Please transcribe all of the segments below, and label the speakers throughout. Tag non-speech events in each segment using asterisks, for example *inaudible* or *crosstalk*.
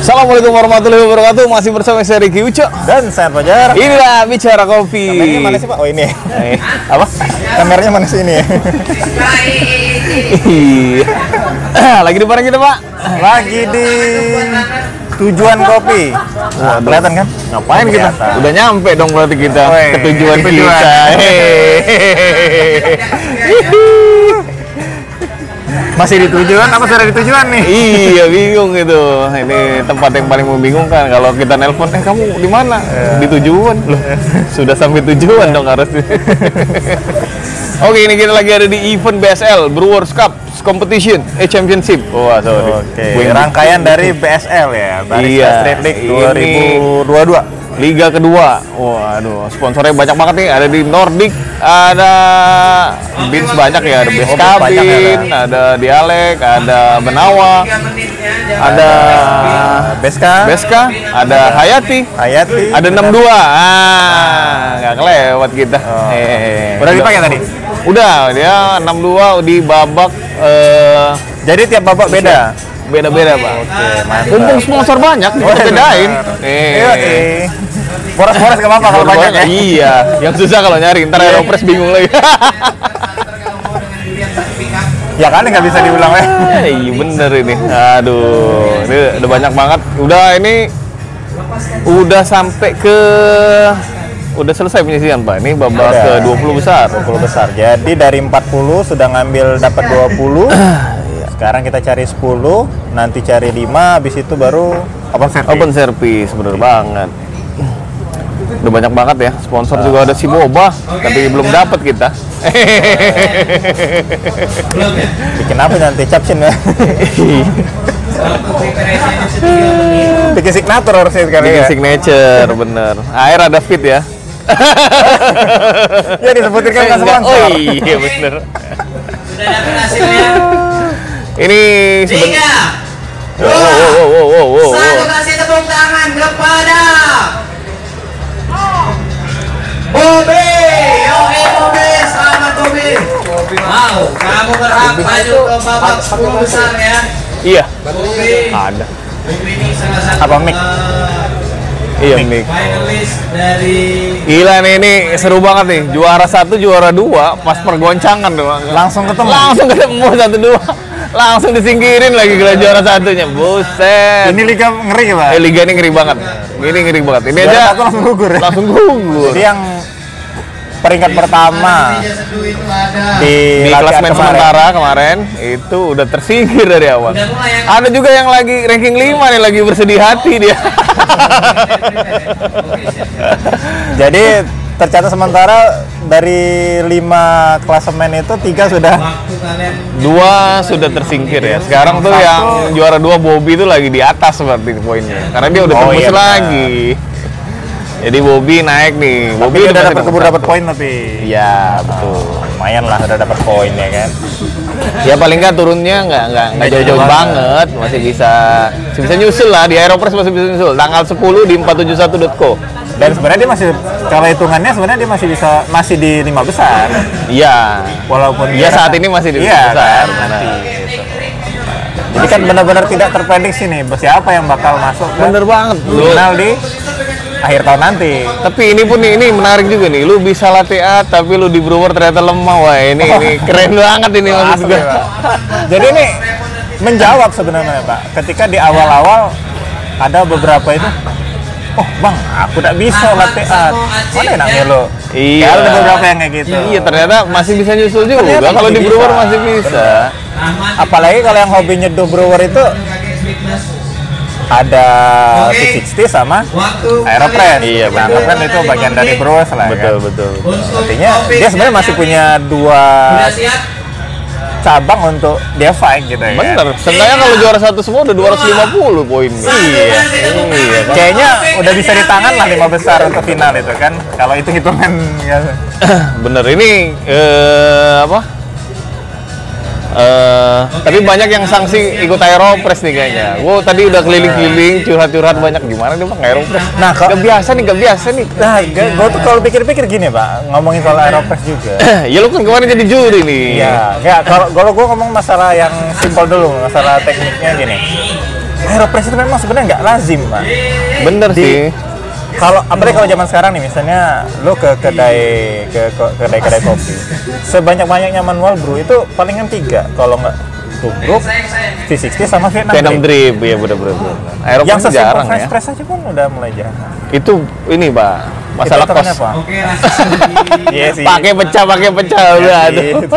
Speaker 1: Assalamualaikum warahmatullahi wabarakatuh. Masih bersama saya Riki Uco.
Speaker 2: Dan saya Fajar.
Speaker 1: Inilah bicara kopi.
Speaker 2: Kameranya mana sih Pak? Oh ini.
Speaker 1: Eh,
Speaker 2: Apa? Kameranya mana sih ini?
Speaker 1: Iya. *laughs* Lagi di barang kita Pak.
Speaker 2: Lagi di tujuan kopi. Wah, kelihatan kan?
Speaker 1: Ngapain kita?
Speaker 2: Kelihatan.
Speaker 1: Udah nyampe dong berarti kita
Speaker 2: Weh,
Speaker 1: ketujuan
Speaker 2: Ah. Oh, iya. ketujuan. *laughs*
Speaker 1: kita. Hehehe.
Speaker 2: Masih di tujuan apa sudah di tujuan nih?
Speaker 1: iya bingung itu. Ini tempat yang paling membingungkan kalau kita nelpon eh kamu di mana?
Speaker 2: Iya.
Speaker 1: Di tujuan
Speaker 2: *laughs*
Speaker 1: loh. Sudah sampai tujuan dong harus. Oke, ini kita lagi ada di event BSL Brewers Cup Competition eh Championship. Wah, sorry. Gua
Speaker 2: Oke,
Speaker 1: ingat.
Speaker 2: rangkaian dari BSL ya, Barista
Speaker 1: Iya,
Speaker 2: Street League
Speaker 1: ini-
Speaker 2: 2022.
Speaker 1: Liga kedua. Waduh, sponsornya banyak banget nih. Ada di Nordic, ada Beans banyak ya, ada Beans
Speaker 2: Oh, Beans banyak ya,
Speaker 1: Cabin, ada Dialek, ada Benawa, ada
Speaker 2: eh, Beska,
Speaker 1: Beska, ada Hayati,
Speaker 2: Hayati, eh,
Speaker 1: ada 62. Ah, nggak kelewat kita. Eh,
Speaker 2: Oh. Udah dipakai tadi?
Speaker 1: Udah, dia 62 di babak eh, Iya.
Speaker 2: Jadi tiap babak beda.
Speaker 1: beda-beda, Pak.
Speaker 2: mantap.
Speaker 1: Mumpung sponsor banyak,
Speaker 2: Oh,
Speaker 1: kita bedain.
Speaker 2: benar.
Speaker 1: Eh.
Speaker 2: Iya, eh. Poros-poros gak apa-apa kalau banyak ya.
Speaker 1: Iya, yang susah kalau nyari, ntar Aeropress bingung lagi. *laughs*
Speaker 2: Ya kan nggak bisa diulang ya.
Speaker 1: Iya bener ini. Aduh, ini udah banyak banget. Udah ini udah sampai ke udah selesai penyisian Pak. Ini babak
Speaker 2: Udah.
Speaker 1: ke 20 besar.
Speaker 2: 20 besar. Jadi dari 40 sudah ngambil dapat 20. Sekarang kita cari 10, nanti cari 5, habis itu baru open service.
Speaker 1: Open service bener banget. Udah banyak banget ya. Sponsor juga ada si Boba, tapi belum dapat kita.
Speaker 2: *laughs*
Speaker 3: ya?
Speaker 2: Bikin apa nanti caption
Speaker 1: *laughs*
Speaker 2: ya?
Speaker 3: ya,
Speaker 2: Bikin signature harusnya sekali
Speaker 1: Bikin
Speaker 2: ya.
Speaker 1: signature bener. Air ada fit ya.
Speaker 2: Ya disebutin kan nggak sponsor.
Speaker 1: Oh iya bener.
Speaker 3: Sudah dapat hasilnya.
Speaker 1: Ini seben-
Speaker 3: Tiga,
Speaker 1: Wow, wow, wow, wow, wow, wow, wow.
Speaker 2: Oh.
Speaker 3: satu kasih tepuk tangan kepada Bobby. Oke Bobby, selamat Bobby. Wow, kamu berhak maju ke babak 10 besar ya.
Speaker 1: Iya,
Speaker 3: Bobby,
Speaker 1: ada.
Speaker 3: Bobby ini salah satu
Speaker 2: Apa, Mick?
Speaker 3: eh,
Speaker 1: Iya, Mik.
Speaker 3: finalis dari
Speaker 1: Gila nih ini seru banget nih. Juara satu, juara dua, pas pergoncangan doang.
Speaker 2: Langsung ketemu.
Speaker 1: Langsung ketemu satu dua. Langsung disingkirin lagi gila juara satunya. Buset.
Speaker 2: Ini liga ngeri ya, Pak.
Speaker 1: Eh, liga ini ngeri banget. Ini ngeri banget. Ini
Speaker 2: Juara
Speaker 1: aja
Speaker 2: satu langsung gugur. ya?
Speaker 1: langsung gugur.
Speaker 2: Jadi yang peringkat pertama
Speaker 3: Meja Sedu itu ada.
Speaker 2: Ah. di,
Speaker 1: Di
Speaker 2: latihan
Speaker 1: kelas main
Speaker 2: kemarin.
Speaker 1: sementara kemarin itu udah tersingkir dari awal.
Speaker 3: Udah mulai ya? yang
Speaker 1: Ada juga yang lagi ranking 5 nih lagi bersedih hati dia.
Speaker 2: Jadi tercatat sementara dari lima klasemen itu tiga sudah
Speaker 3: waktu kalian
Speaker 1: Dua sudah tersingkir ya. Sekarang tuh
Speaker 2: Iya. Satu.
Speaker 1: yang juara dua Bobby tuh lagi di atas berarti poinnya. Karena dia udah
Speaker 2: Oh,
Speaker 1: tembus
Speaker 2: iya, benar.
Speaker 1: lagi. Jadi Bobby naik nih. Bobby masih
Speaker 2: Tapi udah Iya, dapat
Speaker 1: nomor
Speaker 2: keburu dapat
Speaker 1: satu.
Speaker 2: poin tapi
Speaker 1: Iya betul.
Speaker 2: lumayan lah udah dapat poin ya kan.
Speaker 1: Ya paling nggak turunnya nggak nggak nggak
Speaker 2: jauh
Speaker 1: jauh-jauh banget,
Speaker 2: banget.
Speaker 1: masih bisa masih bisa nyusul lah di Aeropress masih bisa nyusul. Tanggal 10 di 471.co.
Speaker 2: Dan sebenarnya dia masih kalau hitungannya sebenarnya dia masih bisa masih di lima besar
Speaker 1: Iya.
Speaker 2: walaupun
Speaker 1: Iya saat ini masih di
Speaker 2: Iya,
Speaker 1: besar.
Speaker 2: kan?
Speaker 1: Nah,
Speaker 2: Jadi kan benar-benar tidak terprediksi nih siapa yang bakal masuk ke
Speaker 1: Bener banget. Lu-
Speaker 2: final di akhir tahun nanti.
Speaker 1: Tapi ini pun nih, ini menarik juga nih. Lu bisa latte art tapi lu di brewer ternyata lemah. Wah, ini
Speaker 2: *laughs*
Speaker 1: ini keren banget ini maksud
Speaker 2: Asli,
Speaker 1: gua.
Speaker 2: Pak. Jadi ini menjawab sebenarnya Pak. Ketika di awal-awal ada beberapa itu, oh bang, aku tidak bisa latte art. Mana
Speaker 3: kan?
Speaker 2: enaknya lo?
Speaker 1: Iya.
Speaker 2: Ya, ada beberapa yang kayak gitu.
Speaker 1: Iya, ternyata masih bisa nyusul juga.
Speaker 2: Ternyata
Speaker 1: Kalau
Speaker 2: masih
Speaker 1: di brewer
Speaker 2: bisa.
Speaker 1: masih bisa.
Speaker 3: Rahmat
Speaker 2: Apalagi kalau yang hobi nyeduh brewer itu
Speaker 3: sebagai sweetness.
Speaker 2: ada
Speaker 3: Oke.
Speaker 2: P60 sama
Speaker 3: Waktu
Speaker 2: Aeropress.
Speaker 1: Iya,
Speaker 2: Nah,
Speaker 1: betul.
Speaker 2: kan itu bagian dari brewer
Speaker 1: Iya
Speaker 2: lah ya kan?
Speaker 1: betul.
Speaker 2: Artinya dia sebenarnya masih punya dua
Speaker 3: Sudah siap?
Speaker 2: cabang untuk dia fight gitu ya.
Speaker 1: Bener. Setidaknya kalau juara satu semua udah 250 poinnya.
Speaker 2: Iya.
Speaker 3: Iya.
Speaker 2: Kayaknya udah bisa di tangan lah lima besar untuk final itu kan. Kalau itu hitungan ya.
Speaker 1: Bener ini eh, apa? Eh, tapi banyak yang sanksi ikut aeropress nih kayaknya. Gua tadi udah keliling-keliling curhat-curhat banyak gimana nih Bang aeropress.
Speaker 2: Nah, kok
Speaker 1: Gak biasa nih, gak biasa nih. *clears throat*
Speaker 2: nah, gue tuh kalau pikir-pikir gini pak, ngomongin soal aeropress juga.
Speaker 1: ya lu kan kemarin jadi juri nih.
Speaker 2: Iya, ya kalau kalau gue ngomong masalah yang simpel dulu, masalah tekniknya gini. Aeropress itu memang sebenarnya nggak lazim, Pak.
Speaker 1: Bener
Speaker 2: Di-
Speaker 1: sih.
Speaker 2: Kalau apalagi kalau zaman sekarang nih, misalnya lo ke kedai ke ke- kedai-kedai kopi, sebanyak-banyaknya manual brew itu palingan tiga, kalau nggak tubruk, V60 sama Vietnam kan
Speaker 1: Venom
Speaker 2: Drip.
Speaker 1: Drip ya bener-bener. Aeropress
Speaker 2: Yang sesimpel
Speaker 1: jarang ya.
Speaker 2: French press aja pun udah mulai jarang.
Speaker 1: Itu ini pak masalah
Speaker 2: Itu
Speaker 1: kos. Iya
Speaker 2: aturannya apa?
Speaker 3: Oke,
Speaker 2: *laughs*
Speaker 3: Raffi.
Speaker 2: Iya sih.
Speaker 1: Pakai pecah, pakai pecah udah. Aduh.
Speaker 2: Gitu.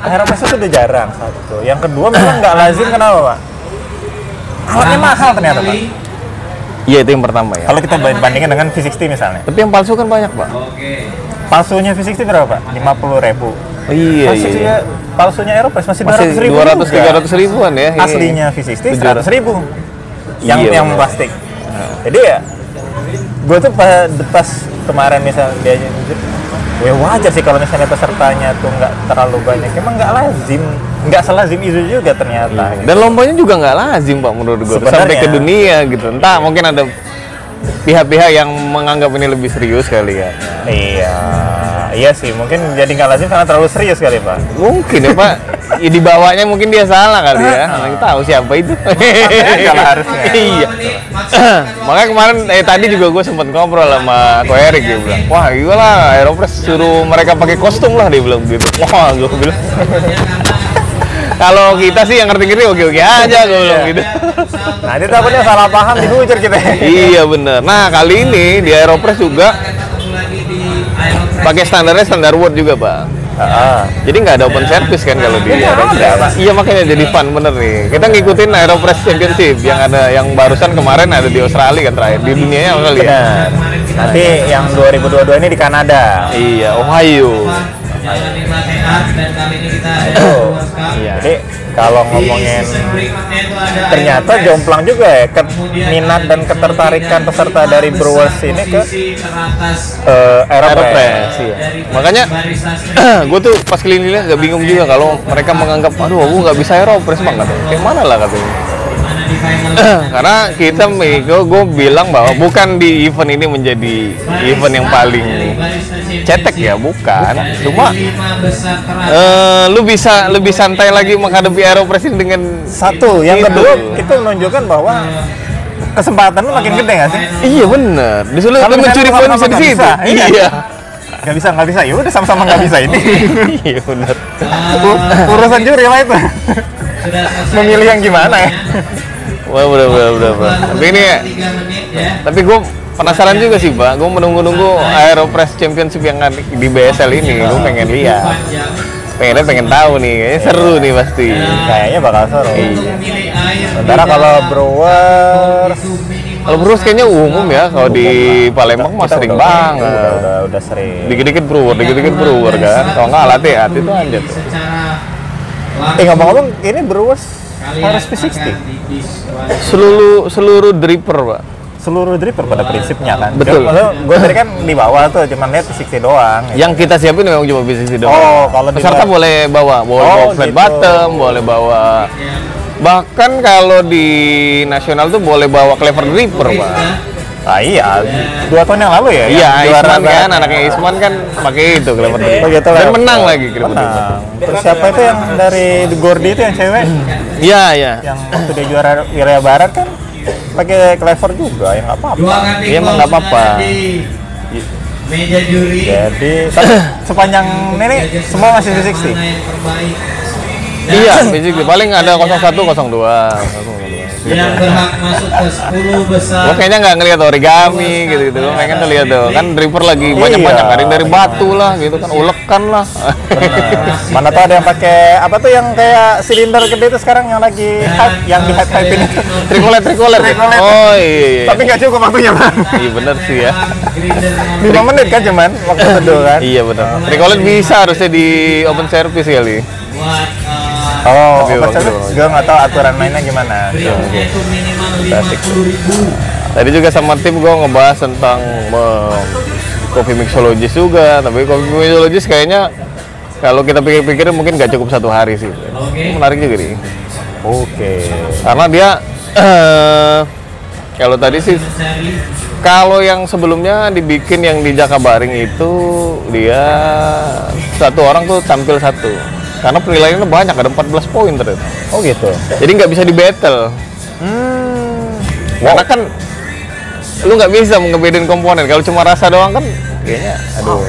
Speaker 2: Aeropress itu udah jarang satu. Yang kedua memang nggak lazim kenapa pak? Alatnya mahal ternyata pak.
Speaker 1: Iya itu yang pertama ya.
Speaker 2: Kalau kita bandingin dengan V60 misalnya,
Speaker 1: Tapi yang palsu kan banyak pak.
Speaker 3: Oke.
Speaker 2: palsunya V60 berapa pak? 50 ribu.
Speaker 1: Oh, iya
Speaker 2: Palsunya,
Speaker 1: iya.
Speaker 2: palsunya Aeropress masih 200
Speaker 1: Masih
Speaker 2: ribu.
Speaker 1: dua ratus
Speaker 2: juga.
Speaker 1: tiga ratus ribuan ya. Iya.
Speaker 2: Aslinya V60
Speaker 1: 700.
Speaker 2: 100 ribu. Yang
Speaker 1: Iya,
Speaker 2: yang
Speaker 1: bener. Iya.
Speaker 2: plastik. Jadi ya, gue tuh pas, pas kemarin misal dia Ya wajar sih kalau misalnya pesertanya tuh nggak terlalu banyak. Emang nggak lazim, nggak selazim itu juga ternyata.
Speaker 1: Iya. Dan lombanya juga nggak lazim pak menurut gue sampai
Speaker 2: Sebenarnya.
Speaker 1: ke dunia gitu. Entah mungkin ada pihak-pihak yang menganggap ini lebih serius kali ya.
Speaker 2: Iya, iya sih. Mungkin jadi nggak lazim karena terlalu serius kali pak.
Speaker 1: Mungkin ya pak. Ya, di bawahnya mungkin dia salah kali ya. Mana Kita tahu siapa itu.
Speaker 2: aja lah Ah. harusnya.
Speaker 1: *laughs* Iya.
Speaker 2: *laughs*
Speaker 1: *laughs* Makanya kemarin eh tadi juga gue sempat ngobrol sama Ko Erik dia bilang, wah iya lah Aeropress suruh mereka pakai kostum lah dia bilang gitu. *laughs* Wah gue bilang.
Speaker 2: *laughs*
Speaker 1: Kalau kita sih yang ngerti-ngerti oke-oke aja gue
Speaker 2: Iya.
Speaker 1: bilang gitu.
Speaker 2: Nah, dia takutnya salah paham dihujur kita.
Speaker 1: iya bener. Nah kali ini di Aeropress juga pakai standarnya standar word juga pak.
Speaker 2: Heeh.
Speaker 1: Jadi nggak ada open service kan kalau di
Speaker 2: Iya,
Speaker 1: Aeropress.
Speaker 2: ada, Pak.
Speaker 1: Iya makanya jadi fun bener nih. Kita ngikutin Aeropress Championship yang ada yang barusan kemarin ada di Australia kan terakhir di dunianya kali ya.
Speaker 2: Benar. Nanti yang 2022 ini di Kanada.
Speaker 1: Iya Ohio.
Speaker 3: Jangan lima TR dan kali ini kita ada
Speaker 2: Oh.
Speaker 3: Oscar.
Speaker 1: Iya.
Speaker 2: Jadi kalau
Speaker 3: Di
Speaker 2: ngomongin
Speaker 3: season berikutnya itu ada
Speaker 2: ternyata
Speaker 3: Iron Press.
Speaker 2: jomplang juga ya ke
Speaker 3: Kemudian
Speaker 2: minat
Speaker 3: ada
Speaker 2: dan
Speaker 3: Johnny
Speaker 2: ketertarikan
Speaker 3: dan
Speaker 2: peserta
Speaker 3: lima
Speaker 2: dari
Speaker 3: besar
Speaker 2: Brewers ini ke
Speaker 3: posisi teratas
Speaker 2: eh,
Speaker 1: Aeropress.
Speaker 2: Aeropress.
Speaker 1: Iya.
Speaker 3: dari
Speaker 1: Makanya
Speaker 3: baris Asri.
Speaker 1: gue Eh, tuh pas keliling-keliling agak bingung juga kalau mereka menganggap aduh aku nggak bisa Aeropress bang katanya. Kayak mana lah katanya.
Speaker 3: Di mana di final
Speaker 1: Eh, Karena kita gue bilang bahwa bukan di event ini menjadi event yang paling
Speaker 3: dari baris Asri
Speaker 1: cetek ya bukan.
Speaker 3: Jadi
Speaker 1: Cuma
Speaker 3: lima besar teratas
Speaker 1: eh lu bisa lebih santai lagi menghadapi Aeropress ini dengan
Speaker 2: Satu, yang
Speaker 1: Itu.
Speaker 2: kedua itu menunjukkan bahwa kesempatan lu makin gede nggak sih?
Speaker 1: Iya bener, disuruh
Speaker 2: Kalau
Speaker 1: lu
Speaker 2: misalnya
Speaker 1: mencuri
Speaker 2: lu
Speaker 1: poin bisa
Speaker 2: sama-sama
Speaker 1: di
Speaker 2: nggak
Speaker 1: situ.
Speaker 2: bisa, iya.
Speaker 1: Iya.
Speaker 2: Nggak bisa, nggak bisa. Ya udah sama-sama nggak bisa ini.
Speaker 1: *laughs* Iya bener. *laughs*
Speaker 2: Urusan juri lah
Speaker 1: Iya.
Speaker 2: itu.
Speaker 3: sudah selesai
Speaker 2: Memilih yang gimana ya?
Speaker 1: Wah bener bener bener. bener.
Speaker 3: Lalu
Speaker 1: Tapi ini,
Speaker 3: tiga menit ya
Speaker 1: tapi gue penasaran juga sih pak. Gue menunggu-nunggu Aeropress Championship yang ada di BSL ini. Gue pengen lihat.
Speaker 3: panjang
Speaker 1: Pengennya pengen tahu nih. Kayaknya seru nih pasti.
Speaker 2: Kayaknya bakal seru.
Speaker 1: Iya.
Speaker 3: untuk memilih air
Speaker 2: Sementara
Speaker 3: di
Speaker 2: kalau
Speaker 3: dalam
Speaker 2: Brewers
Speaker 3: itu minimal
Speaker 1: Kalau Brewers kayaknya umum ya. Kalau di Palembang mah
Speaker 2: kita
Speaker 1: sering
Speaker 2: udah- Udah,
Speaker 1: banget.
Speaker 2: udah, udah sering.
Speaker 1: Dikit-dikit Brewer, dikit-dikit Brewer kan. Kalau nggak latih hati itu aja tuh.
Speaker 3: secara
Speaker 2: Eh
Speaker 3: langsung
Speaker 2: ngomong-ngomong, ini Brewers
Speaker 3: kalian
Speaker 2: harus
Speaker 3: akan
Speaker 2: P60.
Speaker 3: divisualisasi.
Speaker 1: Seluruh seluruh dripper pak.
Speaker 2: Seluruh dripper pada prinsipnya kan.
Speaker 1: Betul.
Speaker 2: Gue tadi kan di bawah tuh cuman lihat P60 doang. gitu.
Speaker 1: Yang kita siapin memang cuma bisnis doang.
Speaker 2: Oh, kalau di
Speaker 1: peserta
Speaker 2: luar-
Speaker 1: boleh bawa, boleh
Speaker 2: Oh,
Speaker 1: bawa flat
Speaker 2: gitu.
Speaker 1: bottom, boleh bawa
Speaker 3: Ya,
Speaker 1: bahkan kalau di nasional tuh boleh bawa clever dripper, Pak.
Speaker 2: Ah iya, dua tahun yang lalu
Speaker 1: Iya,
Speaker 2: ya. yang juara
Speaker 1: Isman kan,
Speaker 2: barat.
Speaker 1: anaknya Isman kan pakai itu clever
Speaker 2: Oh,
Speaker 1: dripper.
Speaker 2: gitu lah.
Speaker 1: Dan menang lagi clever
Speaker 2: Menang.
Speaker 1: dripper.
Speaker 2: Terus siapa itu yang dari Gordi itu yang cewek
Speaker 1: Iya, iya.
Speaker 2: yang waktu dia juara wilayah barat kan pakai clever juga ya nggak apa-apa.
Speaker 3: dua kali
Speaker 1: Iya, emang nggak apa-apa. Ya.
Speaker 3: meja juri
Speaker 2: Jadi tapi sepanjang ini semua masih 60.
Speaker 3: Mana yang terbaik Dan
Speaker 1: Iya, basically paling ada 01, 02.
Speaker 3: yang berhak masuk ke 10 besar
Speaker 1: Gue kayaknya nggak ngeliat origami gitu-gitu. Gue pengen tuh lihat tuh. Kan dripper lagi banyak-banyak. Ada yang dari batu lah gitu kan. Ulekan lah.
Speaker 2: Nah, Mana tuh ada yang pakai apa tuh yang kayak silinder gede itu sekarang yang lagi hype, yang di hype hype ini.
Speaker 1: Trikolet, trikolet. ya?
Speaker 2: Trikolet.
Speaker 1: Oh iya. iya.
Speaker 2: Tapi nggak cukup waktunya bang.
Speaker 1: Iya bener sih ya.
Speaker 2: Lima menit kan cuman
Speaker 1: *laughs*
Speaker 2: waktu teduh kan.
Speaker 1: Iya bener. Trikolet bisa harusnya di open service kali.
Speaker 3: buat eh,
Speaker 2: Oh,
Speaker 1: Tapi
Speaker 2: open
Speaker 1: waktu Iya.
Speaker 2: service
Speaker 1: doang.
Speaker 2: gue nggak tahu aturan mainnya gimana.
Speaker 3: berikutnya itu minimal 50 ribu
Speaker 1: Tadi juga sama tim gue ngebahas tentang eh, coffee mixologist juga. Tapi coffee mixologist kayaknya kalau kita pikir-pikir mungkin nggak cukup satu hari sih.
Speaker 3: oke
Speaker 1: Menarik juga nih.
Speaker 2: Oke.
Speaker 1: Karena dia *clears throat* eh, kalau tadi sih
Speaker 3: Seri.
Speaker 1: kalau yang sebelumnya dibikin yang di Jakabaring itu dia satu orang tuh tampil satu. Karena penilaiannya banyak ada 14 poin ternyata.
Speaker 2: Oh gitu. Hmm.
Speaker 1: Jadi nggak bisa di battle. Karena kan lu nggak bisa ngebedain komponen. Kalau cuma rasa doang kan kayaknya aduh.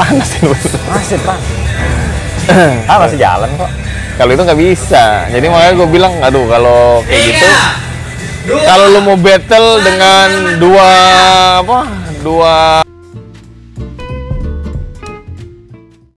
Speaker 1: Panas ini.
Speaker 2: Masih
Speaker 1: *clears throat*
Speaker 2: pan. ya, ah masih jalan kok.
Speaker 1: kalau itu nggak bisa. Jadi makanya gue bilang aduh kalau kayak gitu
Speaker 3: Iya. dua,
Speaker 1: kalau lu mau battle dengan dua apa? Dua